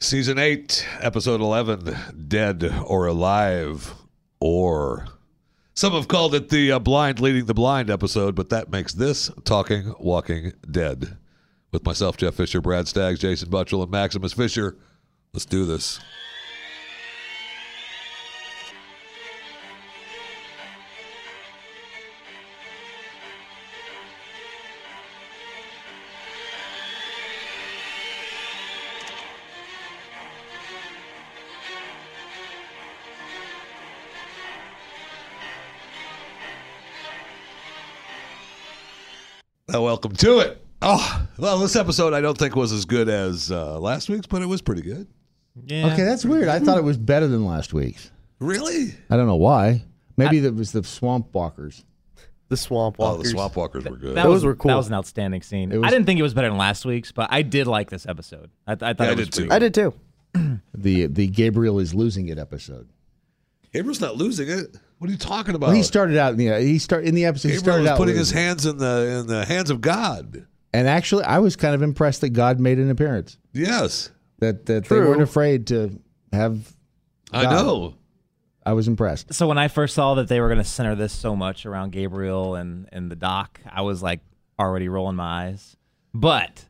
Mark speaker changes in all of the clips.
Speaker 1: Season 8, Episode 11 Dead or Alive or. Some have called it the uh, Blind Leading the Blind episode, but that makes this Talking Walking Dead. With myself, Jeff Fisher, Brad Staggs, Jason Butchell, and Maximus Fisher. Let's do this. Now, welcome to it. Oh, well, this episode I don't think was as good as uh, last week's, but it was pretty good.
Speaker 2: Yeah.
Speaker 3: Okay, that's weird. I thought it was better than last week's.
Speaker 1: Really?
Speaker 3: I don't know why. Maybe that was the swamp walkers.
Speaker 4: The swamp
Speaker 1: Oh,
Speaker 4: walkers.
Speaker 1: the Swamp Walkers were good.
Speaker 2: That
Speaker 4: Those
Speaker 2: was,
Speaker 4: were cool.
Speaker 2: That was an outstanding scene.
Speaker 3: was-
Speaker 2: I didn't think it was better than last week's, but I did like this episode. I, th- I thought
Speaker 1: Yeah, I
Speaker 2: it was
Speaker 1: did too.
Speaker 2: pretty-
Speaker 4: I did too.
Speaker 3: The the Gabriel is losing it episode.
Speaker 1: Gabriel's not losing it. What are you talking about?
Speaker 3: Well, he started out in the he start in the episode. he
Speaker 1: Oh. Gabriel
Speaker 3: started
Speaker 1: was
Speaker 3: out
Speaker 1: putting his
Speaker 3: losing.
Speaker 1: hands in the in the hands of God.
Speaker 3: and actually, I was kind of impressed that God made an appearance.
Speaker 1: Yes,
Speaker 3: That that they
Speaker 4: True.
Speaker 3: weren't afraid to have.
Speaker 1: I
Speaker 3: God.
Speaker 1: know.
Speaker 3: I was impressed.
Speaker 2: So when I first saw that they were going to center this so much around Gabriel and and the doc, I was like already rolling my eyes. But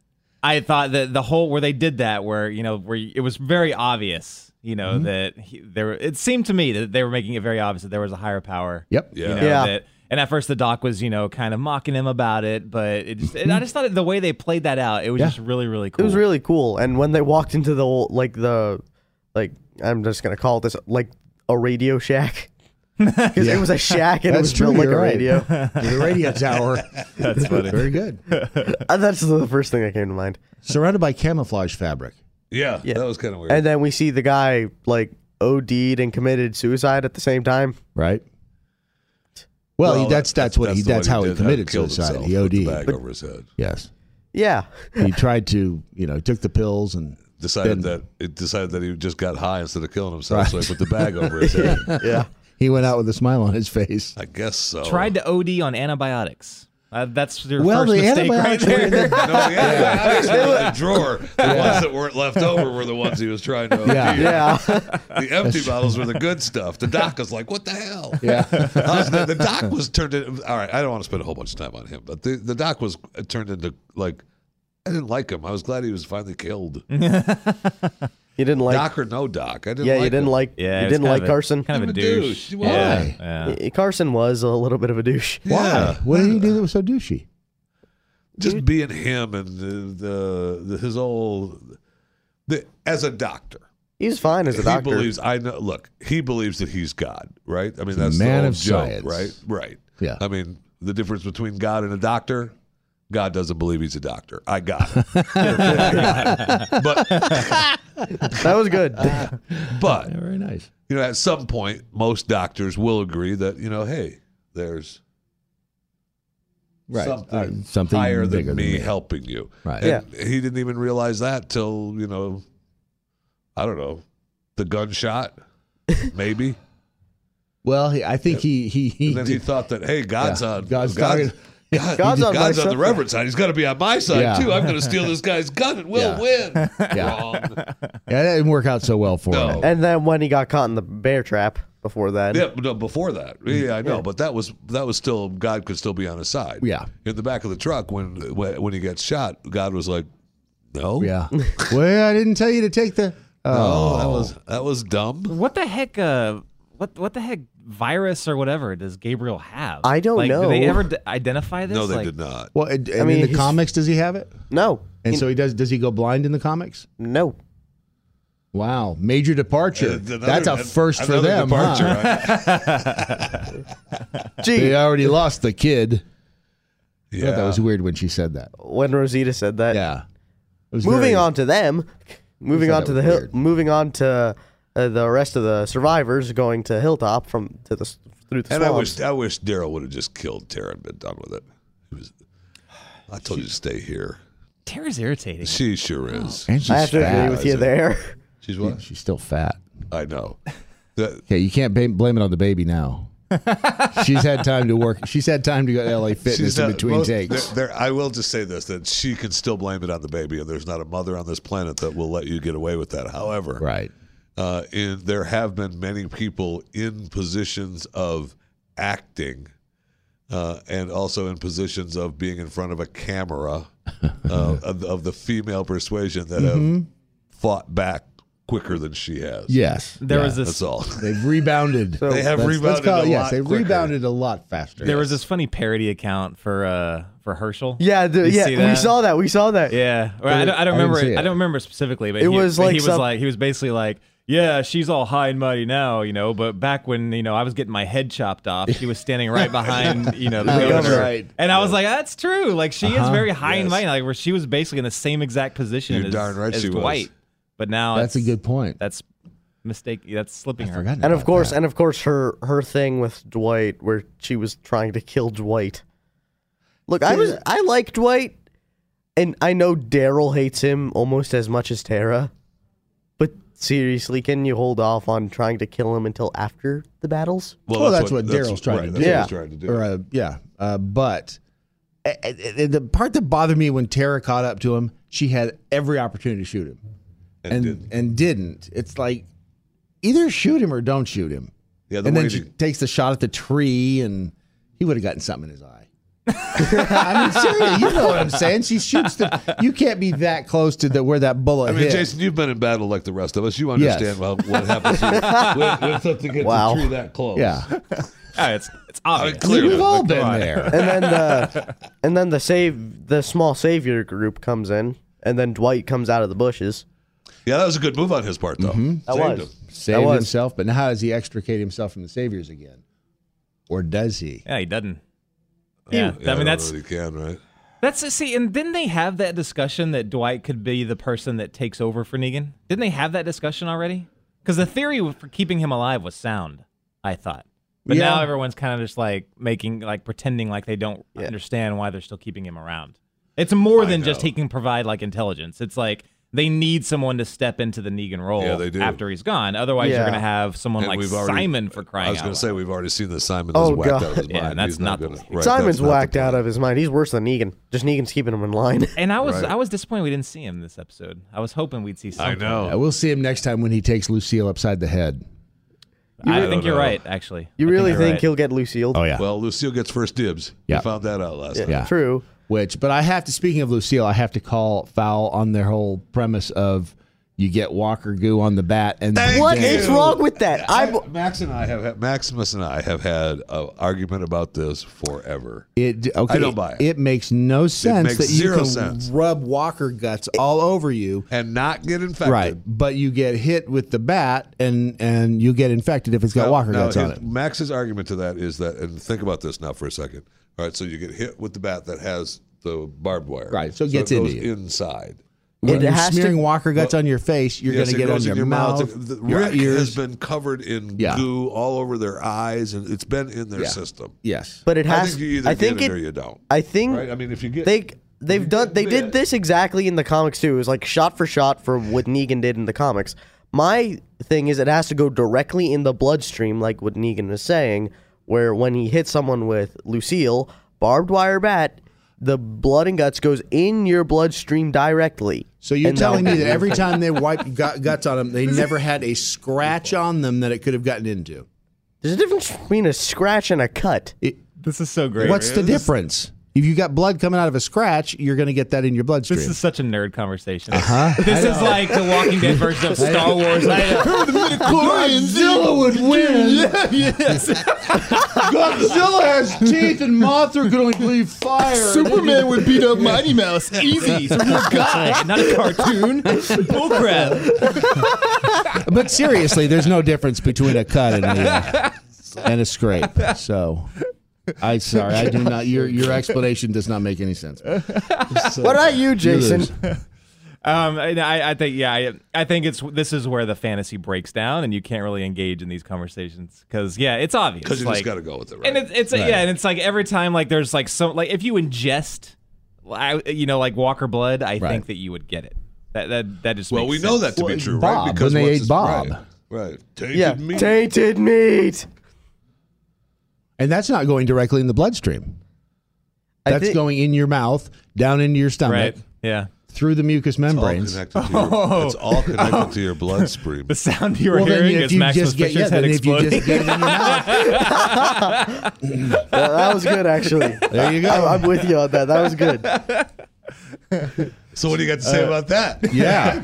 Speaker 2: I thought that the whole where they did that, where you know, where it was very obvious, you know,
Speaker 4: Mm-hmm.
Speaker 2: that he, there. It seemed to me that they were making it very obvious that there was a higher power.
Speaker 3: Yep.
Speaker 1: Yeah.
Speaker 2: You know,
Speaker 4: Yeah.
Speaker 2: that- and at first the doc was, you know, kind of mocking him about it, but it just, and I just thought the way they played that out, it was
Speaker 3: Yeah.
Speaker 2: just really, really
Speaker 4: Mm-hmm. It
Speaker 2: cool.
Speaker 4: was really cool. And when they walked into the old, like the like I'm just gonna call it this like a radio shack. 'Cause it was a shack and it
Speaker 3: That's
Speaker 4: was
Speaker 3: true,
Speaker 4: built like
Speaker 3: you're
Speaker 4: a
Speaker 3: right.
Speaker 4: radio.
Speaker 3: The radio tower. That's
Speaker 2: funny.
Speaker 3: Very good.
Speaker 4: Uh, That's the first thing that came to mind.
Speaker 3: Surrounded by camouflage fabric.
Speaker 1: Yeah, that was kind of weird.
Speaker 4: And then we see the guy like OD'd and committed suicide at the same time.
Speaker 3: Right. Well,
Speaker 1: Well,
Speaker 3: he, that's that's what he
Speaker 1: the way
Speaker 3: that's how he
Speaker 1: did.
Speaker 3: committed
Speaker 1: killed
Speaker 3: suicide. E
Speaker 1: himself
Speaker 3: He
Speaker 1: with the
Speaker 3: OD'd.
Speaker 1: bag over his head.
Speaker 3: Yes.
Speaker 4: Yeah.
Speaker 3: He tried to you know took the pills and
Speaker 1: Decided that it decided that he just got high instead of killing himself, so he put the bag over his head.
Speaker 4: Yeah.
Speaker 3: He went out with a smile on his face.
Speaker 1: I guess so.
Speaker 2: tried to OD on antibiotics. Uh, that's your
Speaker 3: Well,
Speaker 2: first
Speaker 3: the
Speaker 2: mistake right
Speaker 3: antibiotics were
Speaker 2: there.
Speaker 3: in the-
Speaker 1: No, yeah, yeah. they were in the drawer. The ones that weren't left over were the ones he was trying to. OD.
Speaker 3: Yeah.
Speaker 4: Yeah.
Speaker 1: The empty bottles were the good stuff. The doc is like, "What the hell?"
Speaker 3: Yeah.
Speaker 1: I was- the, the doc was turned into. All right, I don't want to spend a whole bunch of time on him, but the, the doc was turned into like. I didn't like him. I was glad he was finally killed.
Speaker 4: You didn't Mm-hmm. like
Speaker 1: doc or no doc, I didn't.
Speaker 4: Yeah,
Speaker 1: like
Speaker 4: you didn't
Speaker 1: him.
Speaker 4: like
Speaker 2: Yeah,
Speaker 4: you
Speaker 2: it's kind
Speaker 4: didn't
Speaker 2: of
Speaker 4: like
Speaker 2: a-
Speaker 4: Carson.
Speaker 2: Kind of a
Speaker 1: Kind
Speaker 2: douche.
Speaker 1: Why?
Speaker 2: Yeah,
Speaker 3: Why?
Speaker 2: yeah.
Speaker 4: Y- Carson was a little bit of a douche.
Speaker 3: Why?
Speaker 1: Yeah.
Speaker 3: What did he do that was so douchey?
Speaker 1: Just being him and the, the, the his old the, as a doctor.
Speaker 4: He's fine as a
Speaker 1: he
Speaker 4: doctor.
Speaker 1: believes I know. Look, he believes that he's God, right? I mean,
Speaker 3: a
Speaker 1: that's the
Speaker 3: man
Speaker 1: whole
Speaker 3: of
Speaker 1: joke,
Speaker 3: science.
Speaker 1: right? Right.
Speaker 3: Yeah.
Speaker 1: I mean, the difference between God and a doctor. God doesn't believe he's a doctor. I got it. but
Speaker 4: that was good.
Speaker 1: but
Speaker 3: Yeah, very nice.
Speaker 1: you know, at some point, most doctors will agree that you know, hey, there's
Speaker 3: Right.
Speaker 1: something,
Speaker 3: Uh, something
Speaker 1: higher than me,
Speaker 3: bigger than me.
Speaker 1: helping you.
Speaker 3: Right.
Speaker 1: And he didn't even realize that till you know, I don't know, the gunshot, maybe.
Speaker 3: Well, he, I think he he he.
Speaker 1: And then he
Speaker 3: did-
Speaker 1: thought that, hey, God's
Speaker 3: Yeah.
Speaker 1: on
Speaker 3: God's talking.
Speaker 1: God-
Speaker 4: God's on my
Speaker 1: God's on the
Speaker 4: side.
Speaker 1: reverend side. He's got to be on my side
Speaker 3: Yeah.
Speaker 1: too. I'm going to steal this guy's gun and we'll win. Wrong.
Speaker 3: yeah, that didn't work out so well for
Speaker 1: No.
Speaker 3: him.
Speaker 4: And then when he got caught in the bear trap before that,
Speaker 1: Yeah, no, before that, yeah, I know, but that was that was still God could still be on his side.
Speaker 3: Yeah.
Speaker 1: in the back of the truck when when, when he gets shot, God was like, no,
Speaker 3: Yeah. well, I didn't tell you to take the. uh,
Speaker 1: oh, that was that was dumb.
Speaker 2: What the heck? Uh, what what the heck virus or whatever does Gabriel have?
Speaker 4: I don't
Speaker 2: like,
Speaker 4: know.
Speaker 2: Did they ever d- identify this?
Speaker 1: No, they
Speaker 2: Like,
Speaker 1: did not.
Speaker 3: Well, and, and
Speaker 4: mean,
Speaker 3: in the
Speaker 4: he's-
Speaker 3: comics, does he have it?
Speaker 4: no,
Speaker 3: And so he does. Does he go blind in the comics?
Speaker 4: no.
Speaker 3: Wow, major departure.
Speaker 1: Uh, another-
Speaker 3: That's a first for
Speaker 1: another
Speaker 3: them.
Speaker 1: departure,
Speaker 3: huh?
Speaker 1: right?
Speaker 4: Gee,
Speaker 3: They already lost the kid. I
Speaker 1: Yeah,
Speaker 3: thought that was weird when she said that.
Speaker 4: when Rosita said that.
Speaker 3: Yeah. It was
Speaker 4: Moving
Speaker 3: very-
Speaker 4: on to them, moving
Speaker 3: thought
Speaker 4: on
Speaker 3: that
Speaker 4: to the
Speaker 3: was
Speaker 4: hill,
Speaker 3: weird.
Speaker 4: moving on to uh, the rest of the survivors going to Hilltop from to the s- through the
Speaker 1: and I
Speaker 4: swamps.
Speaker 1: wish I wish Daryl would have just killed Tara and been done with it. He was, I told you to stay here.
Speaker 2: Tara's irritating.
Speaker 1: She sure is.
Speaker 3: And she's
Speaker 4: I have to
Speaker 3: fat.
Speaker 4: agree with you there.
Speaker 1: She's what?
Speaker 3: She's still fat.
Speaker 1: I know. That,
Speaker 3: Okay, you can't ba- blame it on the baby now. She's had time to work. She's had time to go to LA Fitness
Speaker 1: She's
Speaker 3: in
Speaker 1: not-
Speaker 3: between
Speaker 1: most-
Speaker 3: takes.
Speaker 1: there- there- I will just say this: that she can still blame it on the baby, and there's not a mother on this planet that will let you get away with that. However,
Speaker 3: Right.
Speaker 1: uh, in, there have been many people in positions of acting uh, and also in positions of being in front of a camera uh, of, of the female persuasion that have fought back quicker than she has.
Speaker 3: Mm-hmm. Yes.
Speaker 2: There
Speaker 3: Yeah.
Speaker 2: was this
Speaker 1: That's all.
Speaker 3: They've rebounded.
Speaker 4: So-
Speaker 1: They have
Speaker 3: Let's-
Speaker 1: rebounded
Speaker 3: let's call it-
Speaker 1: a
Speaker 3: yes,
Speaker 1: lot
Speaker 3: they've
Speaker 1: quicker.
Speaker 3: rebounded a lot faster.
Speaker 2: there was this funny parody account for uh for Herschel.
Speaker 4: Yeah, the,
Speaker 2: You
Speaker 4: yeah,
Speaker 2: see
Speaker 4: we
Speaker 2: that?
Speaker 4: saw that. We saw that.
Speaker 2: Yeah, Or I don't, I
Speaker 3: I
Speaker 2: don't
Speaker 3: didn't
Speaker 2: remember.
Speaker 3: see
Speaker 2: it. I
Speaker 3: it.
Speaker 2: don't remember specifically, but
Speaker 4: It
Speaker 2: he,
Speaker 4: was
Speaker 2: but
Speaker 4: like
Speaker 2: he was
Speaker 4: some-
Speaker 2: like he was basically like, yeah, she's all high and mighty now, you know. But back when you know I was getting my head chopped off, she was standing right behind you know the
Speaker 3: That's
Speaker 2: governor.
Speaker 3: right.
Speaker 2: And I was like, that's true. Like she is very high and mighty. Like where she was basically in the same exact position
Speaker 1: You're
Speaker 2: as,
Speaker 1: darn right
Speaker 2: as
Speaker 1: she was.
Speaker 2: Dwight. But now
Speaker 3: That's a
Speaker 2: it's-
Speaker 3: good point.
Speaker 2: That's mistake. That's slipping
Speaker 3: I
Speaker 2: her.
Speaker 3: forgot
Speaker 4: And of
Speaker 3: about
Speaker 4: course,
Speaker 3: that.
Speaker 4: and of course, her her thing with Dwight, where she was trying to kill Dwight. Look, I was I like Dwight, and I know Daryl hates him almost as much as Tara. But seriously, can you hold off on trying to kill him until after the battles?
Speaker 3: Well, that's what Daryl's trying
Speaker 1: right,
Speaker 3: to
Speaker 1: that's
Speaker 3: do.
Speaker 1: what he's
Speaker 4: Yeah.
Speaker 1: trying to do.
Speaker 3: or uh, yeah, uh, but uh, uh, uh, the part that bothered me when Tara caught up to him, she had every opportunity to shoot him,
Speaker 1: And
Speaker 3: and
Speaker 1: didn't.
Speaker 3: and didn't. It's like either shoot him or don't shoot him.
Speaker 1: Yeah, the
Speaker 3: and then she
Speaker 1: waiting.
Speaker 3: takes the shot at the tree, and he would have gotten something in his eye. I mean, seriously, you know what I'm saying? She shoots the. You can't be that close to the where that bullet
Speaker 1: I mean,
Speaker 3: hit.
Speaker 1: Jason, you've been in battle like the rest of us. You understand
Speaker 3: Yes.
Speaker 1: well, what happens when, when something gets
Speaker 4: Wow.
Speaker 1: the tree that close.
Speaker 3: yeah,
Speaker 2: Ah, it's it's
Speaker 1: I
Speaker 2: obvious.
Speaker 1: mean, clearly,
Speaker 3: we've all
Speaker 1: like,
Speaker 3: been
Speaker 1: come on.
Speaker 3: there.
Speaker 4: And then the and then the save the small savior group comes in, and then Dwight comes out of the bushes.
Speaker 1: Yeah, that was a good move on his part, though.
Speaker 4: That
Speaker 1: Saved
Speaker 4: was.
Speaker 1: him.
Speaker 3: Saved
Speaker 4: was-
Speaker 3: himself, but now how does he extricate himself from the saviors again? Or does he?
Speaker 2: Yeah, he doesn't. Yeah,
Speaker 1: Yeah,
Speaker 2: I mean
Speaker 1: don't
Speaker 2: that's
Speaker 1: know that he can right.
Speaker 2: That's see, and didn't they have that discussion that Dwight could be the person that takes over for Negan? Didn't they have that discussion already? Because the theory for keeping him alive was sound, I thought. But
Speaker 3: Yeah.
Speaker 2: now everyone's kind of just like making, like pretending like they don't understand why they're still keeping him around. It's more than just
Speaker 1: know.
Speaker 2: he can provide like intelligence. It's like they need someone to step into the Negan role
Speaker 1: Yeah, they do.
Speaker 2: after he's gone. Otherwise,
Speaker 4: Yeah.
Speaker 2: you're going to have someone
Speaker 1: And
Speaker 2: like
Speaker 1: we've already-
Speaker 2: Simon for crying
Speaker 1: I was
Speaker 2: out
Speaker 1: going to
Speaker 2: loud.
Speaker 1: say we've already seen that Simon
Speaker 4: Oh,
Speaker 1: is whacked out of his
Speaker 2: God. Yeah,
Speaker 1: mind.
Speaker 2: that's
Speaker 1: He's not,
Speaker 2: not the
Speaker 1: gonna,
Speaker 2: way.
Speaker 1: right,
Speaker 4: Simon's
Speaker 1: that's not the
Speaker 4: whacked out
Speaker 1: plan.
Speaker 4: of his mind. He's worse than Negan. Just Negan's keeping him in line.
Speaker 2: And I was
Speaker 1: Right.
Speaker 2: I was disappointed we didn't see him this episode. I was hoping we'd see
Speaker 1: I
Speaker 2: something.
Speaker 1: know.
Speaker 3: Yeah, we'll see him next time when he takes Lucille upside the head.
Speaker 2: I
Speaker 1: really-
Speaker 2: think you're
Speaker 1: know.
Speaker 2: right, actually.
Speaker 4: You
Speaker 2: I
Speaker 4: really
Speaker 2: you're
Speaker 4: think
Speaker 2: right.
Speaker 4: he'll get Lucille?
Speaker 3: Oh, yeah.
Speaker 1: Well, Lucille gets first dibs.
Speaker 3: Yeah.
Speaker 1: We found that out last night.
Speaker 3: yeah.
Speaker 4: True.
Speaker 3: Which, but I have to. Speaking of Lucille, I have to call foul on their whole premise of you get Walker goo on the bat and
Speaker 1: Thank
Speaker 4: What
Speaker 1: you.
Speaker 4: is wrong with that? I'm
Speaker 1: I- Max and I have had, Maximus and I have had an argument about this forever.
Speaker 3: It okay.
Speaker 1: I don't buy it.
Speaker 3: It makes no sense
Speaker 1: makes
Speaker 3: that you
Speaker 1: zero
Speaker 3: can
Speaker 1: sense.
Speaker 3: rub Walker guts all over you.
Speaker 1: And not get infected.
Speaker 3: Right, but you get hit with the bat and and you get infected if it's got
Speaker 1: Now-
Speaker 3: Walker
Speaker 1: now
Speaker 3: guts on
Speaker 1: his-
Speaker 3: it.
Speaker 1: Max's argument to that is that, and think about this now for a second. All right, so you get hit with the bat that has the barbed wire.
Speaker 3: Right, so it gets into
Speaker 1: goes
Speaker 3: you.
Speaker 1: inside.
Speaker 3: When
Speaker 4: It
Speaker 3: you're
Speaker 4: has to-
Speaker 3: smearing Walker guts on your face, you're
Speaker 1: Yes,
Speaker 3: going to
Speaker 1: it
Speaker 3: get
Speaker 1: goes
Speaker 3: on
Speaker 1: in
Speaker 3: your,
Speaker 1: your
Speaker 3: mouth,
Speaker 1: The- the-
Speaker 3: your
Speaker 1: Rick
Speaker 3: ears.
Speaker 1: has been covered in
Speaker 3: Yeah.
Speaker 1: goo all over their eyes, and it's been in their
Speaker 3: Yeah.
Speaker 1: system.
Speaker 3: yes,
Speaker 4: But it
Speaker 1: I
Speaker 4: has.
Speaker 1: think you either
Speaker 4: I think
Speaker 1: get it,
Speaker 4: it-
Speaker 1: or you don't.
Speaker 4: I think
Speaker 1: Right? I mean, if you get
Speaker 4: they they've done. They
Speaker 1: bit.
Speaker 4: did this exactly in the comics too. It was like shot for shot for what Negan did in the comics. My thing is, it has to go directly in the bloodstream, like what Negan was saying, where when he hit someone with Lucille barbed wire bat, the blood and guts goes in your bloodstream directly.
Speaker 3: So you're
Speaker 4: And
Speaker 3: telling
Speaker 4: that'll-
Speaker 3: me that every time they wiped gut, guts on them, they never had a scratch on them that it could have gotten into.
Speaker 4: there's a difference between a scratch and a cut.
Speaker 2: This is so great.
Speaker 3: What's the difference? If you got blood coming out of a scratch, you're going to get that in your bloodstream.
Speaker 2: This is such a nerd conversation.
Speaker 3: Uh-huh.
Speaker 2: This is like the Walking Dead version of Star Wars.
Speaker 3: Godzilla would win. yes. Godzilla has teeth and Mothra could only breathe fire. Superman would beat up Mighty Mouse.
Speaker 2: Easy, it's a real guy, not a cartoon. Bullcrap.
Speaker 3: But seriously, there's no difference between a cut and a, uh, and a scrape. So. I sorry, I do not. Your your explanation does not make any sense.
Speaker 4: What about you, Jason?
Speaker 3: lose.
Speaker 2: Um, and I, I think, yeah, I, I think it's this is where the fantasy breaks down, and you can't really engage in these conversations because, yeah, it's obvious.
Speaker 1: because you
Speaker 2: like,
Speaker 1: just got to go with it, right?
Speaker 2: and it's, it's yeah, and it's like every time like there's like so like if you ingest, I, you know, like Walker blood, I
Speaker 3: Right.
Speaker 2: think that you would get it. That that that just
Speaker 1: well,
Speaker 2: makes
Speaker 1: we
Speaker 2: sense.
Speaker 1: know that to
Speaker 3: Well,
Speaker 1: be true,
Speaker 3: Bob,
Speaker 1: right? Because
Speaker 3: when they
Speaker 1: once it's-
Speaker 3: ate Bob.
Speaker 1: right? right. Tainted
Speaker 4: Yeah,
Speaker 1: meat.
Speaker 4: tainted meat.
Speaker 3: And that's not going directly in the bloodstream.
Speaker 4: I
Speaker 3: That's
Speaker 4: thi-
Speaker 3: going in your mouth, down into your
Speaker 2: Right.
Speaker 3: stomach,
Speaker 2: Yeah.
Speaker 3: through the mucus
Speaker 1: It's all
Speaker 3: membranes.
Speaker 1: connected to your, it's all connected to your bloodstream.
Speaker 2: The sound you were
Speaker 3: Well, then
Speaker 2: hearing
Speaker 3: if
Speaker 2: is
Speaker 3: you
Speaker 2: Maximus
Speaker 3: just get, yeah,
Speaker 2: Fisher's head
Speaker 3: then if you
Speaker 2: exploding.
Speaker 3: just get it in your mouth,
Speaker 4: Yeah, that was good, actually.
Speaker 3: there you go.
Speaker 4: I, am with you on that. That was good.
Speaker 1: So what do you got to
Speaker 3: Uh,
Speaker 1: say about that?
Speaker 3: yeah.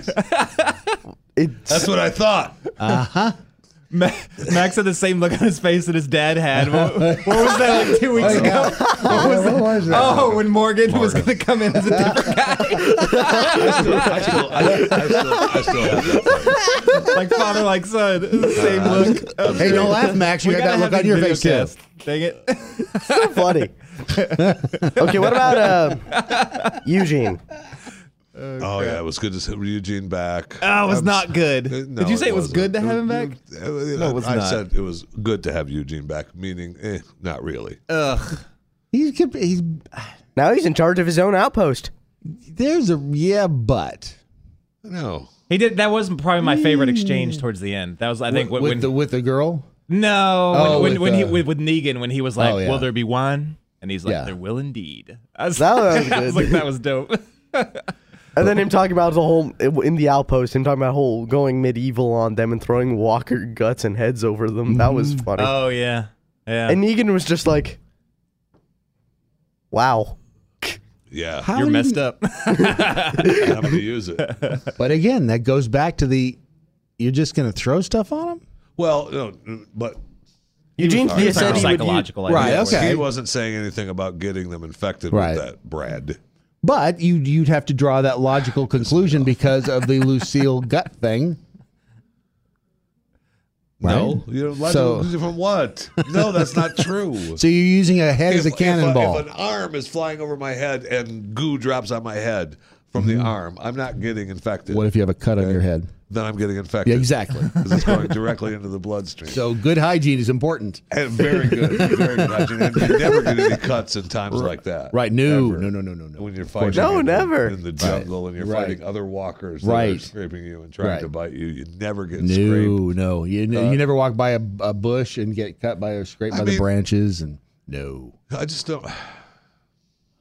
Speaker 4: It's,
Speaker 1: That's what I thought.
Speaker 2: Ma- Max had the same look on his face that his dad had. What, what was that like two
Speaker 3: Oh,
Speaker 2: weeks ago?
Speaker 5: what was that?
Speaker 2: Oh, when Morgan, was
Speaker 1: Morgan.
Speaker 2: going to come in as a different
Speaker 1: I still, I still, I, I still, I still have that part.
Speaker 2: like father like son, same look.
Speaker 3: Uh, Hey, don't laugh, Max. You
Speaker 2: We
Speaker 3: got
Speaker 2: gotta
Speaker 3: that look
Speaker 2: have
Speaker 3: on
Speaker 2: these
Speaker 3: your
Speaker 2: video
Speaker 3: face too.
Speaker 2: casts. Dang it!
Speaker 4: so funny. okay, what about uh, Eugene?
Speaker 1: Oh yeah, it was good to see Eugene back.
Speaker 2: Oh, it was not good.
Speaker 1: Uh,
Speaker 2: Did you say it was
Speaker 1: wasn't.
Speaker 2: good to have him
Speaker 1: It-
Speaker 2: back?
Speaker 1: it- it-
Speaker 2: it was
Speaker 1: I
Speaker 2: not.
Speaker 1: said it was good to have Eugene back, meaning eh, not really.
Speaker 2: Ugh.
Speaker 3: He's, kept- he's
Speaker 4: Now he's in charge of his own outpost.
Speaker 3: there's a yeah, but
Speaker 1: No.
Speaker 2: He did. That was probably my favorite exchange towards the end. That was, I think,
Speaker 3: with,
Speaker 2: when,
Speaker 3: the
Speaker 2: when
Speaker 3: with the girl.
Speaker 2: no,
Speaker 3: Oh,
Speaker 2: when, when,
Speaker 3: with
Speaker 2: when he
Speaker 3: the-
Speaker 2: with, with Negan when he was like,
Speaker 3: Oh, yeah.
Speaker 2: "Will there be wine?" And he's like,
Speaker 3: Yeah.
Speaker 2: "There will indeed." I was,
Speaker 4: That was
Speaker 2: I was
Speaker 4: good.
Speaker 2: like, "That was dope."
Speaker 4: And then him talking about the whole in the outpost, him talking about whole going medieval on them and throwing walker guts and heads over them. That was funny.
Speaker 2: oh yeah, yeah.
Speaker 4: and Negan was just like, "Wow."
Speaker 1: Yeah.
Speaker 3: How
Speaker 2: You're
Speaker 3: do you-
Speaker 2: messed up.
Speaker 1: I'm going to use it.
Speaker 3: But again, that goes back to the you're just going to throw stuff on him.
Speaker 1: Well, no, but
Speaker 4: Eugene
Speaker 2: Sorry,
Speaker 4: Thea said he would. Use,
Speaker 2: psychological.
Speaker 3: Right,
Speaker 2: idea.
Speaker 3: okay.
Speaker 1: he wasn't saying anything about getting them infected
Speaker 3: Right.
Speaker 1: with that, Brad.
Speaker 3: But you you'd have to draw that logical conclusion because of the Lucille gut thing.
Speaker 1: No,
Speaker 3: Right?
Speaker 1: you don't like
Speaker 3: So-
Speaker 1: to- from what? No, that's not true.
Speaker 3: So you're using a head
Speaker 1: If-
Speaker 3: as a
Speaker 1: if
Speaker 3: cannonball.
Speaker 1: If, an arm is flying over my head and goo drops on my head from the arm, I'm not getting infected.
Speaker 3: Mm-hmm. what if you have a cut on your head?
Speaker 1: then I'm getting infected.
Speaker 3: Yeah, exactly.
Speaker 1: 'Cause it's going directly into the bloodstream.
Speaker 3: So good hygiene is important.
Speaker 1: and very good, very good. I mean, and you never get any cuts in times like that.
Speaker 3: Right? No, no, no, no, no, no.
Speaker 1: When you're fighting,
Speaker 4: No,
Speaker 1: in,
Speaker 4: never.
Speaker 1: in the jungle, and you're
Speaker 3: Right.
Speaker 1: fighting other walkers, that are
Speaker 3: Right.
Speaker 1: scraping you and trying
Speaker 3: Right.
Speaker 1: to bite you, you never get
Speaker 3: No,
Speaker 1: scraped.
Speaker 3: no. You, n- you never walk by a, a bush and get cut by or scraped by the
Speaker 1: mean-
Speaker 3: branches and no.
Speaker 1: I just don't.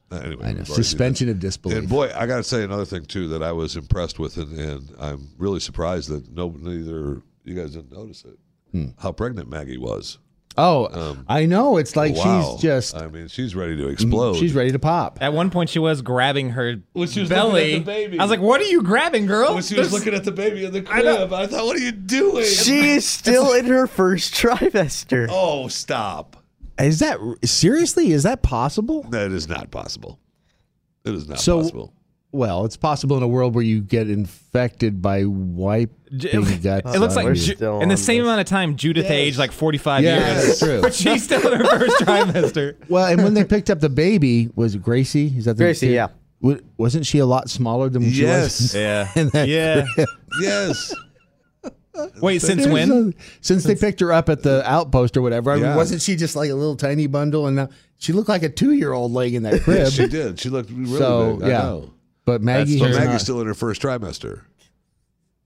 Speaker 1: Anyway,
Speaker 3: I know.
Speaker 1: we've already
Speaker 3: Suspension of
Speaker 1: did that. And
Speaker 3: disbelief.
Speaker 1: boy, I got to say another thing too that I was impressed with, and, and I'm really surprised that no, neither you guys didn't notice it.
Speaker 3: Hmm.
Speaker 1: How pregnant Maggie was!
Speaker 3: Oh, I know. It's like
Speaker 1: wow, Uh,
Speaker 3: she's just Mm-hmm.
Speaker 1: I mean, she's ready to explode.
Speaker 3: she's ready to pop.
Speaker 2: At one point, she was grabbing her
Speaker 1: she was looking
Speaker 2: belly.
Speaker 1: at the baby.
Speaker 2: I was like, "What are you grabbing, girl?"
Speaker 1: When she was looking at the baby in the crib, I, thought, "What are you doing?"
Speaker 4: she is still in her first trimester.
Speaker 1: oh, stop!
Speaker 3: Is that seriously? Is that possible?
Speaker 1: That is not possible. It is not
Speaker 3: So-
Speaker 1: possible.
Speaker 3: Well, it's possible in a world where you get infected by wiping
Speaker 2: J-
Speaker 3: guts.
Speaker 2: it looks
Speaker 3: on
Speaker 2: like
Speaker 3: you.
Speaker 2: Ju-
Speaker 4: still
Speaker 2: in the
Speaker 4: on
Speaker 2: same
Speaker 4: this.
Speaker 2: amount of time, Judith aged like 45
Speaker 3: Yeah,
Speaker 2: years.
Speaker 3: that's true.
Speaker 2: But she's still in her first trimester.
Speaker 3: well, and when they picked up the baby, was it Gracie? Is that the
Speaker 4: Gracie,
Speaker 3: kid?
Speaker 4: yeah.
Speaker 3: Wa- wasn't she a lot smaller than she was?
Speaker 2: Yeah.
Speaker 3: in that
Speaker 2: yeah.
Speaker 1: yes.
Speaker 2: Wait, since
Speaker 3: There's
Speaker 2: when?
Speaker 3: a- since they picked her up at the outpost or whatever, I mean,
Speaker 1: Yeah.
Speaker 3: wasn't she just like a little tiny bundle? And now she looked like a two-year-old laying in that crib.
Speaker 1: Yes, she did. She looked really
Speaker 3: so
Speaker 1: big. I
Speaker 3: yeah,
Speaker 1: know.
Speaker 3: but Maggie,
Speaker 1: But
Speaker 3: has
Speaker 1: Maggie's
Speaker 3: not-
Speaker 1: still in her first trimester.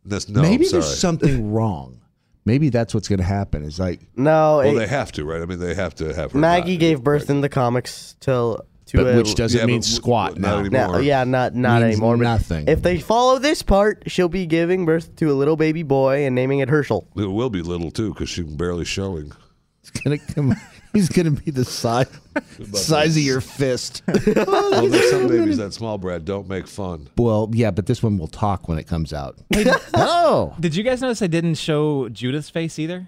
Speaker 1: That's no.
Speaker 3: maybe
Speaker 1: I'm sorry.
Speaker 3: there's something wrong. Maybe that's what's going to happen. Is like
Speaker 4: No,
Speaker 1: Well,
Speaker 4: it-
Speaker 1: they have to, right? I mean, they have to have her.
Speaker 4: Maggie
Speaker 1: not-
Speaker 4: gave birth in the comics till to
Speaker 3: But
Speaker 4: a,
Speaker 3: which doesn't
Speaker 1: Yeah,
Speaker 3: mean
Speaker 1: but w-
Speaker 3: squat
Speaker 1: not
Speaker 3: now.
Speaker 1: anymore.
Speaker 4: No, yeah, not not
Speaker 3: Means
Speaker 4: anymore. but
Speaker 3: nothing.
Speaker 4: If they follow this part, she'll be giving birth to a little baby boy and naming it Herschel.
Speaker 1: It will be little too, because she's barely showing.
Speaker 3: It's gonna come. He's gonna be the size size of your fist.
Speaker 1: Well, there's some babies that small, Brad. Don't make fun.
Speaker 3: well, yeah, but this one will talk when it comes out. oh,
Speaker 2: Did you guys notice I didn't show Judith's face either?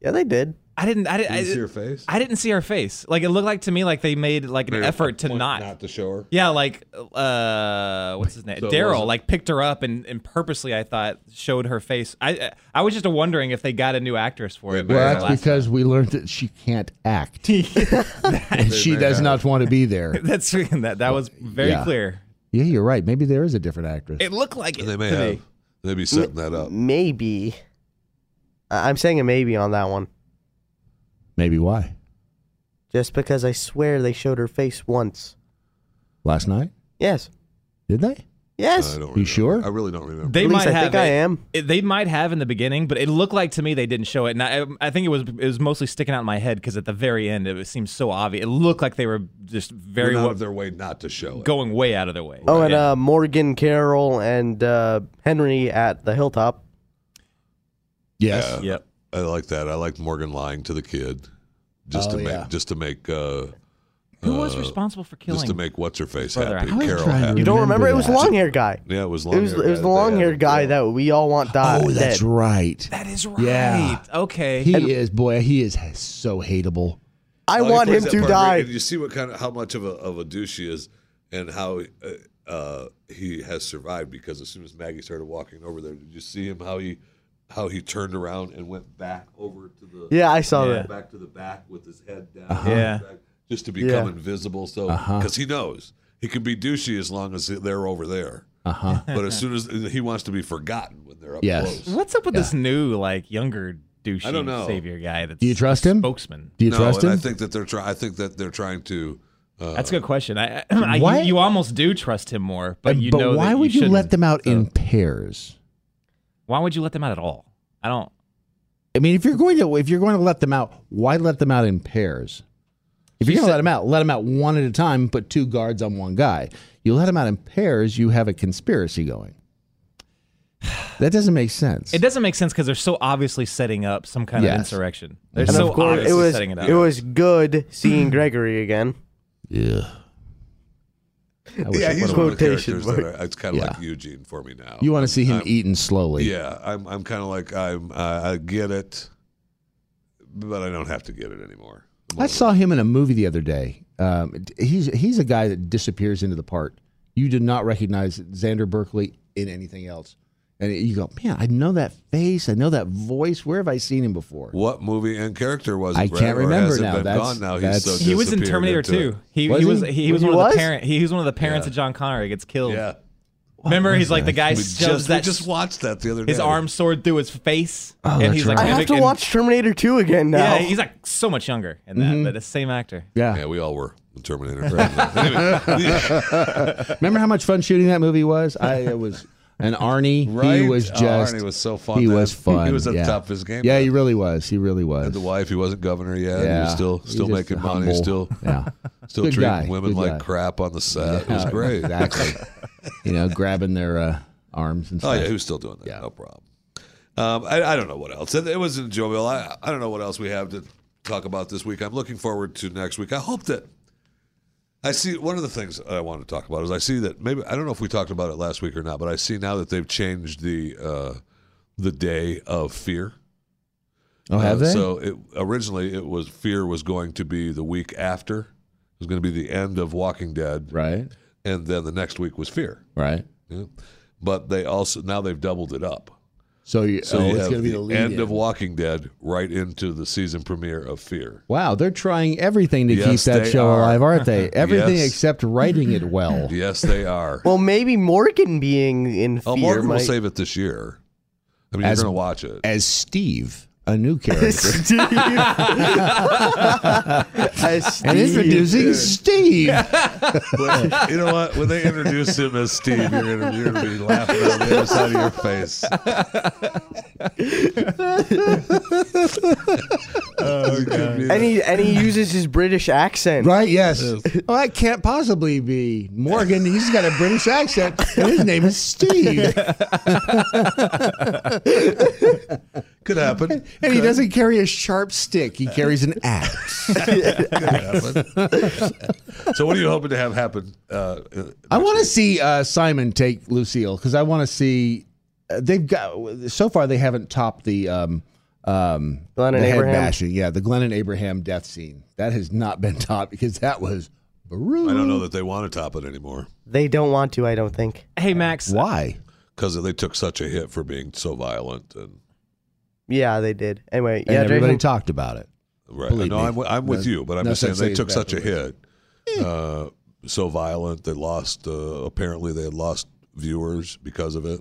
Speaker 4: Yeah, they did.
Speaker 2: I didn't. I didn't.
Speaker 1: Can
Speaker 2: I,
Speaker 1: you see her face?
Speaker 2: I didn't see her face. Like it looked like to me like they made like an effort to
Speaker 1: Point
Speaker 2: not.
Speaker 1: not to show her.
Speaker 2: Yeah, like uh, what's his name?
Speaker 1: So it
Speaker 2: Daryl
Speaker 1: wasn't-
Speaker 2: like picked her up and, and purposely I thought showed her face. I I was just wondering if they got a new actress for it.
Speaker 1: Well,
Speaker 2: because
Speaker 3: well, that's
Speaker 2: last-
Speaker 3: because we learned that she can't act, and she
Speaker 1: may
Speaker 3: does
Speaker 1: have.
Speaker 3: not want to be there.
Speaker 2: that's that that was very
Speaker 3: Yeah.
Speaker 2: clear.
Speaker 3: Yeah, you're right. Maybe there is a different actress.
Speaker 2: It looked like it.
Speaker 1: They may
Speaker 2: to
Speaker 1: have.
Speaker 2: me.
Speaker 1: They be setting that up.
Speaker 4: Maybe. I- I'm saying a maybe on that one,
Speaker 3: Maybe why?
Speaker 4: just because I swear they showed her face once.
Speaker 3: Last night,
Speaker 4: Yes.
Speaker 3: did they?
Speaker 1: I
Speaker 4: Yes.
Speaker 1: don't remember.
Speaker 3: You sure?
Speaker 1: I really don't remember.
Speaker 2: They
Speaker 4: At least
Speaker 2: might
Speaker 4: I
Speaker 2: have.
Speaker 4: think I
Speaker 2: it-
Speaker 4: am.
Speaker 2: it- they might have in the beginning, but it looked like to me they didn't show it. And I, I think it was it was mostly sticking out in my head because at the very end it was- seemed so obvious. It looked like they were just
Speaker 1: They're
Speaker 2: very
Speaker 1: not
Speaker 2: wa-
Speaker 1: of their way not to show it.
Speaker 2: going way out of their way.
Speaker 4: Oh, and
Speaker 2: Yeah.
Speaker 4: uh, Morgan Carroll and uh, Henry at the hilltop.
Speaker 3: Yes.
Speaker 1: Yeah.
Speaker 2: yep.
Speaker 1: I like that. I like Morgan lying to the kid, just
Speaker 3: Oh,
Speaker 1: to make
Speaker 3: yeah.
Speaker 1: just to make uh,
Speaker 2: Who was responsible for killing?
Speaker 1: just to make what's her face
Speaker 2: Brother,
Speaker 1: happy.
Speaker 2: I
Speaker 3: was
Speaker 1: Carol
Speaker 3: trying to
Speaker 1: happy.
Speaker 4: You don't
Speaker 3: Remember
Speaker 4: remember? It was
Speaker 3: that.
Speaker 4: long hair guy.
Speaker 1: Yeah, it was long.
Speaker 4: It was it was the long haired guy that we all want died.
Speaker 3: Oh, that's
Speaker 4: dead.
Speaker 3: right.
Speaker 2: that is right.
Speaker 3: Yeah.
Speaker 2: Okay.
Speaker 3: He is boy. He is so hateable.
Speaker 4: I want him to die.
Speaker 1: And you see what kind of how much of a of a douche he is, and how uh, uh, he has survived. Because as soon as Maggie started walking over there, did you see him how he how he turned around and went back over to the
Speaker 4: Yeah, I saw
Speaker 3: Oh,
Speaker 2: Yeah.
Speaker 4: that.
Speaker 1: back to the back with his head down,
Speaker 3: Uh-huh.
Speaker 2: Yeah.
Speaker 1: just to become
Speaker 4: Yeah.
Speaker 1: invisible. So because he knows he can be douchey as long as they're over there,
Speaker 3: Uh huh.
Speaker 1: but as soon as he wants to be forgotten when they're up
Speaker 3: Yes.
Speaker 1: close.
Speaker 2: What's up with this new like younger douchey
Speaker 1: I don't know.
Speaker 2: savior guy? That's
Speaker 3: Do you trust him?
Speaker 2: spokesman?
Speaker 3: Do you
Speaker 1: no,
Speaker 3: trust
Speaker 1: and I
Speaker 3: him?
Speaker 1: think that they're trying. I think that they're trying to. Uh,
Speaker 2: That's a good question. I, I
Speaker 3: Why-
Speaker 2: you, you almost do trust him more, but
Speaker 3: And-
Speaker 2: you know
Speaker 3: why
Speaker 2: that
Speaker 3: would you, let
Speaker 2: shouldn't.
Speaker 3: them out in
Speaker 2: So,
Speaker 3: pairs?
Speaker 2: Why would you let them out at all? I don't.
Speaker 3: I mean, if you're going to if you're going to let them out, why let them out in pairs? If you're
Speaker 2: She
Speaker 3: going to
Speaker 2: said-
Speaker 3: let them out, let them out one at a time. Put two guards on one guy. You let them out in pairs, you have a conspiracy going. That doesn't make sense.
Speaker 2: It doesn't make sense because they're so obviously setting up some kind
Speaker 3: Yes.
Speaker 2: of insurrection. They're
Speaker 3: And
Speaker 2: so
Speaker 4: of course, it
Speaker 2: obviously
Speaker 4: was
Speaker 2: setting it up.
Speaker 4: it was good seeing Gregory again.
Speaker 3: yeah.
Speaker 1: yeah, he's one of the
Speaker 4: Quotation
Speaker 1: characters that I, it's kind of like
Speaker 3: Yeah.
Speaker 1: Eugene for me now.
Speaker 3: You want to see him eating slowly.
Speaker 1: Uh, Yeah, I'm. I'm kind of like I'm. Uh, I get it, but I don't have to get it anymore. I'm
Speaker 3: I
Speaker 1: over
Speaker 3: saw him in a movie the other day. Um, d- he's he's a guy that disappears into the part. You did not recognize Xander Berkeley in anything else, and you go, man, I know that face, I know that voice. Where have I seen him before?
Speaker 1: What movie and character was it?
Speaker 3: I
Speaker 1: Brad,
Speaker 3: can't
Speaker 1: or
Speaker 3: remember
Speaker 1: has it
Speaker 3: now.
Speaker 1: been
Speaker 3: That's-
Speaker 1: gone now. He's
Speaker 3: that's-
Speaker 1: so
Speaker 2: he was in
Speaker 1: disappeared
Speaker 2: Terminator
Speaker 1: into it.
Speaker 2: 2. He,
Speaker 3: Was
Speaker 2: he was
Speaker 3: he?
Speaker 2: he, was
Speaker 4: He
Speaker 2: one of
Speaker 4: was?
Speaker 2: the parent he was one of the parents of John Connery gets killed.
Speaker 1: Yeah,
Speaker 2: Remember he's like the guy
Speaker 1: we
Speaker 2: shoves
Speaker 1: just, we
Speaker 2: that
Speaker 1: just watched that the other day.
Speaker 2: his arm sword through his face and
Speaker 3: that's
Speaker 2: he's
Speaker 3: right.
Speaker 2: like
Speaker 4: I have
Speaker 2: mimic-
Speaker 4: to
Speaker 2: and-
Speaker 4: watch Terminator 2 again now.
Speaker 2: Yeah, he's like so much younger in that, but the same actor.
Speaker 1: Yeah,
Speaker 3: Yeah.
Speaker 1: we all were in Terminator. anyway,
Speaker 3: Remember how much fun shooting that movie was? I it was and Arnie.
Speaker 1: right?
Speaker 3: He was
Speaker 1: Oh,
Speaker 3: just.
Speaker 1: Arnie was so fun.
Speaker 3: He
Speaker 1: man.
Speaker 3: was fun.
Speaker 1: He was at
Speaker 3: yeah.
Speaker 1: the top of his game.
Speaker 3: Yeah,
Speaker 1: man.
Speaker 3: he really was. He really was.
Speaker 1: had the wife. He wasn't governor yet. He was still
Speaker 3: He's
Speaker 1: still
Speaker 3: just
Speaker 1: making money.
Speaker 3: humble.
Speaker 1: Still
Speaker 3: Yeah.
Speaker 1: still
Speaker 3: Good
Speaker 1: treating
Speaker 3: guy,
Speaker 1: women
Speaker 3: good
Speaker 1: like
Speaker 3: guy.
Speaker 1: crap on the set. It was great.
Speaker 3: Exactly. you know, grabbing their uh, arms and
Speaker 1: Oh
Speaker 3: stuff.
Speaker 1: yeah, he was still doing that.
Speaker 3: Yeah.
Speaker 1: No problem. Um, I, I don't know what else. It, it was enjoyable. I I don't know what else we have to talk about this week. I'm looking forward to next week. I hope that I see one of the things I want to talk about is I see that maybe I don't know if we talked about it last week or not, but I see now that they've changed the uh, the day of fear.
Speaker 3: Oh, have
Speaker 1: Uh,
Speaker 3: they?
Speaker 1: So it, originally it was fear was going to be the week after. It was going to be the end of Walking Dead,
Speaker 3: right.
Speaker 1: and then the next week was fear.
Speaker 3: Right.
Speaker 1: Yeah. But they also now they've doubled it up.
Speaker 3: So, you,
Speaker 1: So
Speaker 3: oh,
Speaker 1: you
Speaker 3: it's
Speaker 1: have
Speaker 3: going to be the,
Speaker 1: the
Speaker 3: lead
Speaker 1: end
Speaker 3: in.
Speaker 1: of Walking Dead right into the season premiere of Fear.
Speaker 3: Wow, they're trying everything to
Speaker 1: Yes,
Speaker 3: keep that
Speaker 1: they
Speaker 3: show
Speaker 1: are.
Speaker 3: alive, aren't they? Everything
Speaker 1: Yes.
Speaker 3: except writing it well.
Speaker 1: Yes, they are.
Speaker 4: well, maybe Morgan being in fear
Speaker 1: oh, Morgan will
Speaker 4: might
Speaker 1: save it this year. I mean, you're
Speaker 3: As-
Speaker 1: going to watch it.
Speaker 3: As Steve, a new character.
Speaker 4: Steve. As
Speaker 3: and
Speaker 4: Steve.
Speaker 3: introducing Steve.
Speaker 1: But you know what? When they introduce him as Steve, you're going to you're gonna be laughing on the other side of your face. oh,
Speaker 4: And he and he uses his British accent.
Speaker 3: Right, yes. Well, that can't possibly be Morgan. He's got a British accent, and his name is Steve.
Speaker 1: Could happen.
Speaker 3: And he doesn't carry a sharp stick, he carries an axe.
Speaker 1: So, what are you hoping to have happen? Uh, uh,
Speaker 3: I want to see uh, Simon take Lucille because I want to see. Uh, they've got so far they haven't topped the um, um,
Speaker 4: Glenn and
Speaker 3: the head
Speaker 4: Abraham.
Speaker 3: bashing. Yeah, the Glenn and Abraham death scene that has not been topped because that was brutal.
Speaker 1: I don't know that they want to top it anymore
Speaker 4: They don't want to, I don't think.
Speaker 2: Hey Max,
Speaker 3: why.
Speaker 1: because they took such a hit for being so violent and
Speaker 4: Yeah, they did. Anyway,
Speaker 3: And
Speaker 4: yeah,
Speaker 3: everybody
Speaker 4: Jason,
Speaker 3: talked about it.
Speaker 1: Right.
Speaker 3: Believe
Speaker 1: no,
Speaker 3: me.
Speaker 1: I'm, I'm with
Speaker 3: No-
Speaker 1: you, but I'm
Speaker 3: no
Speaker 1: just saying
Speaker 3: such thing
Speaker 1: they
Speaker 3: as
Speaker 1: took
Speaker 3: bad
Speaker 1: such a
Speaker 3: publicity.
Speaker 1: hit, uh, so violent. They lost. Uh, apparently, they had lost viewers because of it.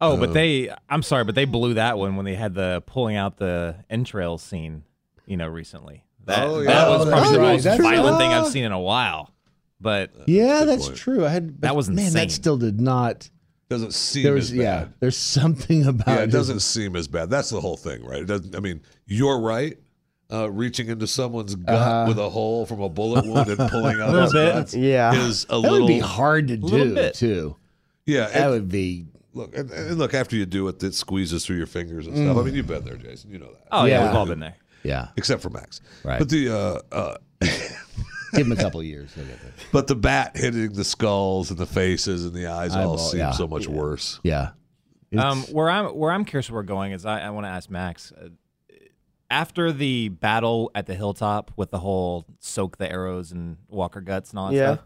Speaker 2: Oh, but they I'm sorry, but they blew that one when they had the pulling out the entrails scene, you know, recently. That,
Speaker 1: Oh, yeah.
Speaker 2: that was probably
Speaker 3: Oh, that's
Speaker 2: the
Speaker 3: right.
Speaker 2: most
Speaker 3: That's
Speaker 2: violent
Speaker 3: right.
Speaker 2: thing I've seen in a while. but
Speaker 3: yeah, that's true. I had
Speaker 2: That was
Speaker 3: man.
Speaker 2: insane.
Speaker 3: That still did not.
Speaker 1: Doesn't seem
Speaker 3: There
Speaker 1: as bad.
Speaker 3: was yeah. Uh, There's something about
Speaker 1: Yeah, it
Speaker 3: his-
Speaker 1: doesn't seem as bad. That's the whole thing, right? It doesn't. I mean, you're right. Uh, reaching into someone's gut
Speaker 3: Uh-huh.
Speaker 1: with a hole from a bullet wound and pulling out
Speaker 2: A little
Speaker 1: his
Speaker 2: bit.
Speaker 1: guts
Speaker 4: Yeah.
Speaker 1: is a
Speaker 3: That
Speaker 1: little.
Speaker 3: would be hard to
Speaker 2: little
Speaker 3: do
Speaker 2: bit.
Speaker 3: too.
Speaker 1: Yeah,
Speaker 3: That
Speaker 1: and-
Speaker 3: would be.
Speaker 1: look and, and look after you do it, it squeezes through your fingers and stuff. I mean, you've been there, Jason. You know that.
Speaker 2: oh yeah,
Speaker 3: Mm. Yeah.
Speaker 2: we've all been there.
Speaker 3: Yeah,
Speaker 1: Except for Max,
Speaker 3: Right.
Speaker 1: But the uh, uh,
Speaker 3: give him a couple of years. he'll get there.
Speaker 1: but the bat hitting the skulls and the faces and the eyes all
Speaker 3: Eyeball,
Speaker 1: seem
Speaker 3: yeah.
Speaker 1: so much worse.
Speaker 3: Yeah.
Speaker 2: Um,
Speaker 3: It's-
Speaker 2: where I'm where I'm curious where we're going is I, I want to ask Max uh, after the battle at the hilltop with the whole soak the arrows and Walker guts and all that
Speaker 4: Yeah.
Speaker 2: stuff.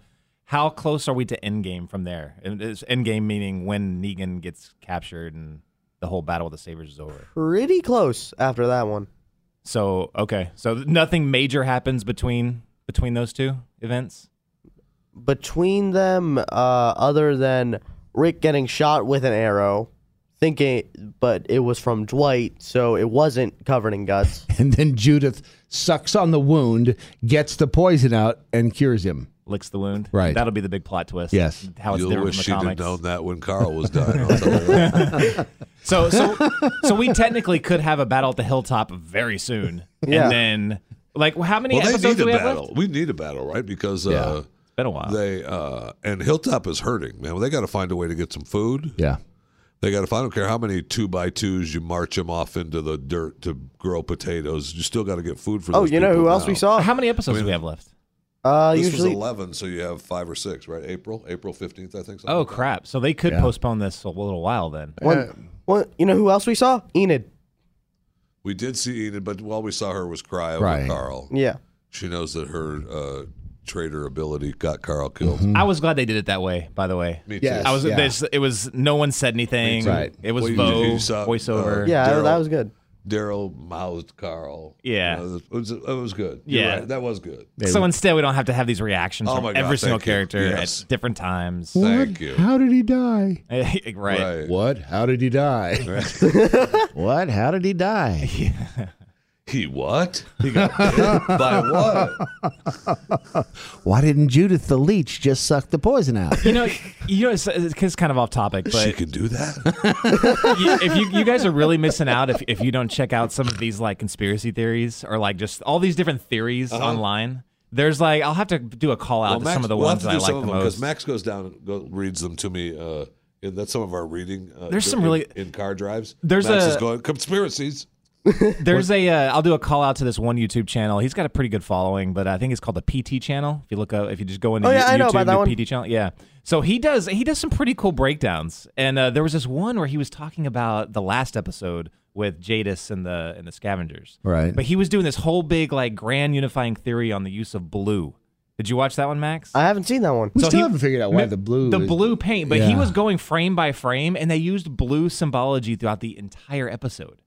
Speaker 2: How close are we to endgame from there? And is endgame meaning when Negan gets captured and the whole battle with the Sabers is over.
Speaker 4: Pretty close after that one.
Speaker 2: So okay, so nothing major happens between between those two events.
Speaker 4: between them uh, other than Rick getting shot with an arrow, thinking, but it was from Dwight, so it wasn't covered in guts.
Speaker 3: and then Judith sucks on the wound, gets the poison out, and cures him.
Speaker 2: Licks the wound.
Speaker 3: Right.
Speaker 2: That'll be the big plot twist.
Speaker 3: Yes.
Speaker 2: How it's
Speaker 1: You'll
Speaker 2: different
Speaker 1: wish
Speaker 2: from
Speaker 1: she'd
Speaker 2: the
Speaker 1: have
Speaker 2: comics.
Speaker 1: known that when Carl was dying. I'll tell you that.
Speaker 2: So so so we technically could have a battle at the hilltop very soon.
Speaker 4: Yeah.
Speaker 2: And then like how many
Speaker 1: Well, they
Speaker 2: episodes
Speaker 1: need
Speaker 2: do
Speaker 1: a
Speaker 2: we have
Speaker 1: battle.
Speaker 2: left?
Speaker 1: We need a battle, right? Because uh,
Speaker 2: It's been a while.
Speaker 1: they uh, and Hilltop is hurting, man. Well, they got to find a way to get some food.
Speaker 3: Yeah.
Speaker 1: They got to find. I don't care how many two by twos you march them off into the dirt to grow potatoes. You still got to get food for.
Speaker 4: oh,
Speaker 1: those
Speaker 4: you know
Speaker 1: people
Speaker 4: who else we
Speaker 1: now.
Speaker 4: saw?
Speaker 2: how many episodes do we have left?
Speaker 4: Uh,
Speaker 1: This
Speaker 4: usually,
Speaker 1: was eleven, so you have five or six, right? April, April fifteenth, I think. something
Speaker 2: Oh
Speaker 1: like that.
Speaker 2: crap. So they could
Speaker 3: Yeah.
Speaker 2: postpone this a little while then.
Speaker 4: one, one, you know who else we saw? Enid.
Speaker 1: We did see Enid, but all we saw her was cry over
Speaker 3: Crying.
Speaker 1: Carl.
Speaker 4: Yeah.
Speaker 1: She knows that her uh, traitor ability got Carl killed.
Speaker 2: I was glad they did it that way, by the way.
Speaker 1: Me too.
Speaker 3: Yes.
Speaker 2: I was
Speaker 3: Yeah.
Speaker 2: this it was no one said anything.
Speaker 3: Right.
Speaker 2: It was
Speaker 1: Well, you-
Speaker 2: Vo,
Speaker 1: you saw,
Speaker 2: voiceover.
Speaker 1: uh,
Speaker 4: Yeah,
Speaker 1: Daryl-
Speaker 4: that was good.
Speaker 1: Daryl mouthed Carl.
Speaker 2: Yeah.
Speaker 1: You know, it, was, it was good. You're
Speaker 2: Yeah.
Speaker 1: right. that was good.
Speaker 2: So instead, we don't have to have these reactions
Speaker 1: Oh
Speaker 2: from
Speaker 1: my God,
Speaker 2: every single
Speaker 1: thank you.
Speaker 2: character
Speaker 1: Yes.
Speaker 2: at different times.
Speaker 1: Thank you.
Speaker 3: How did he die?
Speaker 2: right.
Speaker 1: Right.
Speaker 3: What? How did he die? what? How did he die?
Speaker 1: He what? He got bit by what?
Speaker 3: Why didn't Judith the leech just suck the poison out?
Speaker 2: You know, you know, it's, it's kind of off topic,
Speaker 1: She
Speaker 2: but
Speaker 1: can do that.
Speaker 2: you, if you you guys are really missing out if, if you don't check out some of these like conspiracy theories or like just all these different theories online. There's like I'll have to do a call out to some of the
Speaker 1: Uh-huh. we'll
Speaker 2: ones
Speaker 1: have
Speaker 2: that
Speaker 1: to
Speaker 2: I
Speaker 1: do
Speaker 2: like
Speaker 1: some
Speaker 2: the
Speaker 1: of them
Speaker 2: most.
Speaker 1: Max goes down and go, reads them to me. Uh, and that's some of our reading. Uh,
Speaker 2: There's some
Speaker 1: in-
Speaker 2: really-
Speaker 1: in car drives.
Speaker 2: There's
Speaker 1: Max is
Speaker 2: a-
Speaker 1: going conspiracies.
Speaker 2: There's a uh, I'll do a call out to this one YouTube channel. He's got a pretty good following, but I think it's called the PT channel. If you look up, if you just go into
Speaker 4: Oh, yeah,
Speaker 2: you-
Speaker 4: I know
Speaker 2: YouTube,
Speaker 4: about that
Speaker 2: the
Speaker 4: one.
Speaker 2: PT channel, yeah. So he does he does some pretty cool breakdowns, and uh, there was this one where he was talking about the last episode with Jadis and the and the scavengers,
Speaker 3: Right.
Speaker 2: But he was doing this whole big like grand unifying theory on the use of blue. Did you watch that one, Max?
Speaker 4: I haven't seen that one.
Speaker 3: We
Speaker 2: So
Speaker 3: still
Speaker 2: he-
Speaker 3: haven't figured out why
Speaker 2: Ma-
Speaker 3: the blue.
Speaker 2: the
Speaker 3: is-
Speaker 2: blue paint, but he
Speaker 3: Yeah.
Speaker 2: was going frame by frame, and they used blue symbology throughout the entire episode.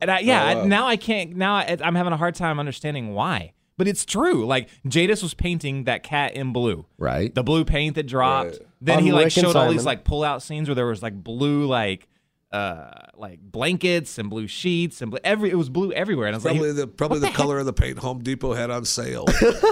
Speaker 2: And I, yeah,
Speaker 1: Oh,
Speaker 2: I-
Speaker 1: wow.
Speaker 2: now I can't. Now I, I'm having a hard time understanding why, but it's true. Like Jadis was painting that cat in blue,
Speaker 3: Right.
Speaker 2: the blue paint that dropped.
Speaker 1: Right.
Speaker 2: Then
Speaker 4: On
Speaker 2: he like
Speaker 4: Rick and
Speaker 2: showed all these
Speaker 4: Simon.
Speaker 2: like pull out scenes where there was like blue like uh like blankets and blue sheets and blue, every it was blue everywhere. And I was
Speaker 1: Probably
Speaker 2: like,
Speaker 1: the probably the, color of the paint Home Depot had on sale.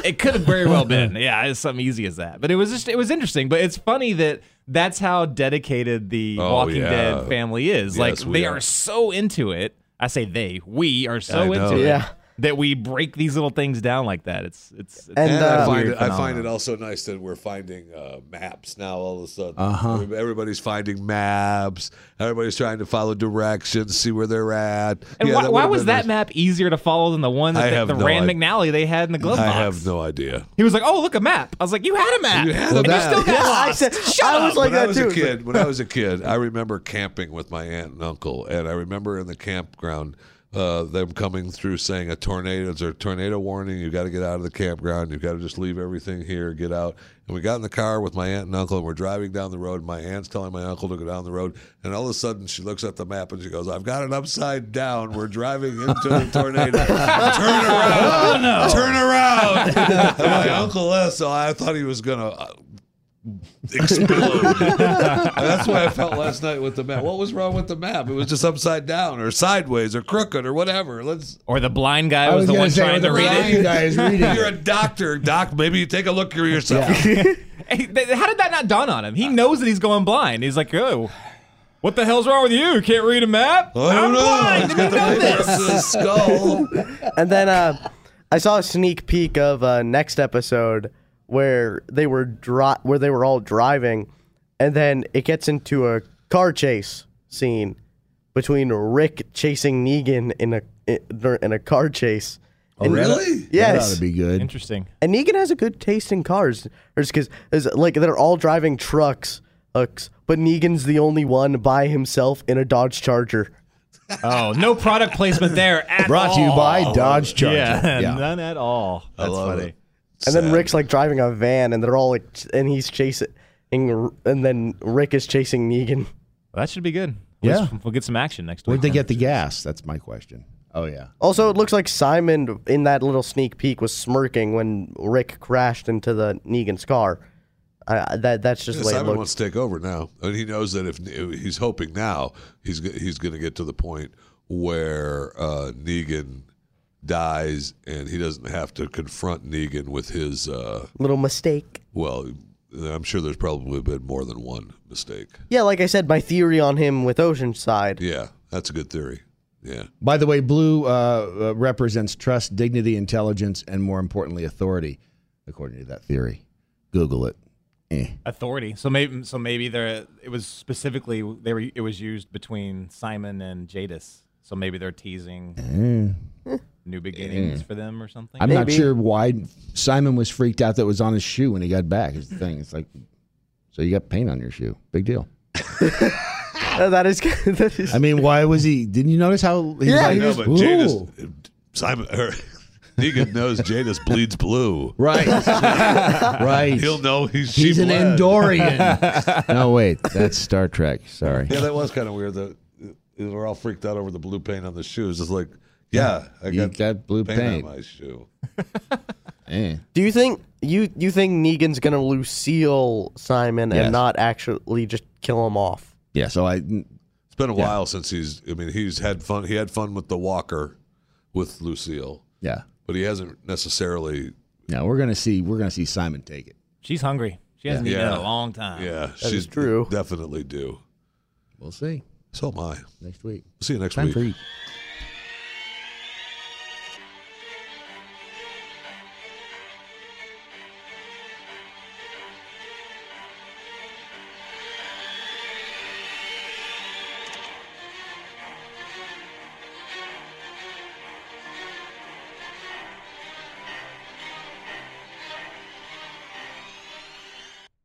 Speaker 2: it could have very well been. Yeah, it's something easy as that. But it was just it was interesting. But it's funny that that's how dedicated the
Speaker 1: Oh,
Speaker 2: Walking
Speaker 1: yeah.
Speaker 2: Dead family is. like
Speaker 1: Yes, we
Speaker 2: they
Speaker 1: are.
Speaker 2: are. so into it. I say they, we are so
Speaker 1: I know.
Speaker 2: into it
Speaker 4: Yeah.
Speaker 2: that we break these little things down like that. It's it's, it's
Speaker 4: And,
Speaker 1: And
Speaker 4: uh,
Speaker 1: I find
Speaker 2: weird
Speaker 1: it, I find
Speaker 2: phenomenon.
Speaker 1: it also nice that we're finding uh, maps now. All of a sudden,
Speaker 2: Uh-huh.
Speaker 1: Every- everybody's finding maps. Everybody's trying to follow directions, see where they're at.
Speaker 2: and
Speaker 1: Yeah,
Speaker 2: why, why
Speaker 1: would've
Speaker 2: was
Speaker 1: been
Speaker 2: that
Speaker 1: nice.
Speaker 2: map easier to follow than the one
Speaker 1: I
Speaker 2: that the,
Speaker 1: have
Speaker 2: the
Speaker 1: no
Speaker 2: Rand
Speaker 1: idea.
Speaker 2: McNally they had in the glove
Speaker 1: I
Speaker 2: box?
Speaker 1: have no idea.
Speaker 2: He was like, "Oh, look a map." I was like, "You had a map.
Speaker 1: You had a
Speaker 2: and
Speaker 1: map.
Speaker 2: You still got
Speaker 4: Yeah, I
Speaker 2: lost.
Speaker 4: said-
Speaker 2: Shut
Speaker 4: I
Speaker 2: up."
Speaker 4: was like
Speaker 1: when I
Speaker 4: that
Speaker 1: was
Speaker 4: too.
Speaker 1: a kid, when I was a kid, I remember camping with my aunt and uncle, and I remember in the campground uh, them coming through saying a tornado is a tornado warning. You got to get out of the campground. You got to just leave everything here. Get out. And we got in the car with my aunt and uncle, and we're driving down the road. My aunt's telling my uncle to go down the road, and all of a sudden she looks at the map and she goes, "I've got it upside down. We're driving into the tornado. Turn
Speaker 4: Oh,
Speaker 1: around! Turn around!" And my uncle left, so I thought he was gonna. uh, explode. And that's why I felt last night with the map. What was wrong with the map? It was just upside down or sideways or crooked or whatever. Let's.
Speaker 2: Or the blind guy was, the
Speaker 3: gonna
Speaker 2: one
Speaker 3: say,
Speaker 2: trying
Speaker 3: the
Speaker 2: to read it.
Speaker 3: blind guy is reading
Speaker 1: You're
Speaker 3: it.
Speaker 1: a doctor, doc. Maybe you take a look for yourself.
Speaker 2: Hey, th- how did that not dawn on him? He knows that he's going blind. He's like, oh, what the hell's wrong with you? You can't read a map?
Speaker 1: I don't
Speaker 2: I'm
Speaker 1: know.
Speaker 2: blind.
Speaker 1: It's
Speaker 2: Did you
Speaker 1: got the
Speaker 2: know
Speaker 1: paper up to
Speaker 2: this?
Speaker 1: the skull.
Speaker 4: And then uh, I saw a sneak peek of uh, next episode where they were dri- where they were all driving, and then it gets into a car chase scene between Rick chasing Negan in a in a car chase. And-
Speaker 1: really?
Speaker 4: Yes.
Speaker 3: That'd be good.
Speaker 2: Interesting.
Speaker 4: And Negan has a good taste in cars, just because like they're all driving trucks, ucks, but Negan's the only one by himself in a Dodge Charger.
Speaker 2: Oh, no product placement there at
Speaker 3: Brought to you
Speaker 2: all.
Speaker 3: by Dodge Charger.
Speaker 2: Yeah,
Speaker 3: Yeah.
Speaker 2: none at all. That's
Speaker 1: love
Speaker 2: funny.
Speaker 1: it.
Speaker 4: And
Speaker 1: Sad.
Speaker 4: then Rick's like driving a van, and they're all like, ch- and he's chasing, and then Rick is chasing Negan.
Speaker 2: Well, that should be good. At least
Speaker 3: Yeah.
Speaker 2: We'll get some action next
Speaker 3: Where'd
Speaker 2: week.
Speaker 3: they get the gas? That's my question. Oh yeah.
Speaker 4: Also, it looks like Simon in that little sneak peek was smirking when Rick crashed into the Negan's car. I that that's just the way it
Speaker 1: Simon
Speaker 4: looked.
Speaker 1: wants to take over now, and he knows that if he's hoping now, he's go- he's going to get to the point where uh, Negan dies, and he doesn't have to confront Negan with his. Uh,
Speaker 4: Little mistake.
Speaker 1: well, I'm sure there's probably been more than one mistake.
Speaker 4: Yeah, like I said, my theory on him with Oceanside.
Speaker 1: Yeah, that's a good theory. Yeah,
Speaker 3: By the way, blue uh, uh, represents trust, dignity, intelligence, and more importantly, authority, according to that theory. Google it. Eh.
Speaker 2: authority. So maybe, so maybe there it was specifically they were it was used between Simon and Jadis. So maybe they're teasing
Speaker 3: Mm.
Speaker 2: new beginnings for them or something.
Speaker 3: I'm not
Speaker 4: Maybe.
Speaker 3: sure why Simon was freaked out that it was on his shoe when he got back. Is the thing. It's like, so you got paint on your shoe. Big deal.
Speaker 4: Uh, that is that is
Speaker 3: I mean, why was he? Didn't you notice how? He
Speaker 4: Yeah,
Speaker 3: was like,
Speaker 4: he
Speaker 1: no,
Speaker 4: was-
Speaker 1: but
Speaker 3: "Ooh."
Speaker 1: Jadis, Simon, or, Negan knows Jadis bleeds blue.
Speaker 3: right, right.
Speaker 1: He'll know he's she
Speaker 3: He's an
Speaker 1: bled.
Speaker 3: Andorian. no, wait, that's Star Trek. Sorry.
Speaker 1: Yeah, that was kind of weird. That they were all freaked out over the blue paint on the shoes. It's like, yeah, I
Speaker 3: You
Speaker 1: got,
Speaker 3: got blue
Speaker 1: paint,
Speaker 3: paint.
Speaker 1: on my shoe.
Speaker 3: Eh.
Speaker 4: Do you think you you think Negan's gonna Lucille Simon
Speaker 3: Yes.
Speaker 4: and not actually just kill him off?
Speaker 3: Yeah. So I.
Speaker 1: It's been a while since he's. I mean, he's had fun. He had fun with the walker, with Lucille,
Speaker 3: Yeah.
Speaker 1: but he hasn't necessarily.
Speaker 3: No, we're gonna see. We're gonna see Simon take it.
Speaker 2: She's hungry. She hasn't eaten
Speaker 1: Yeah.
Speaker 2: in a long time.
Speaker 1: Yeah,
Speaker 4: is
Speaker 1: she's
Speaker 4: true.
Speaker 1: Definitely do.
Speaker 3: We'll see
Speaker 1: So am I. We'll
Speaker 3: next week.
Speaker 1: see you next
Speaker 3: Time
Speaker 1: week.
Speaker 3: for eat.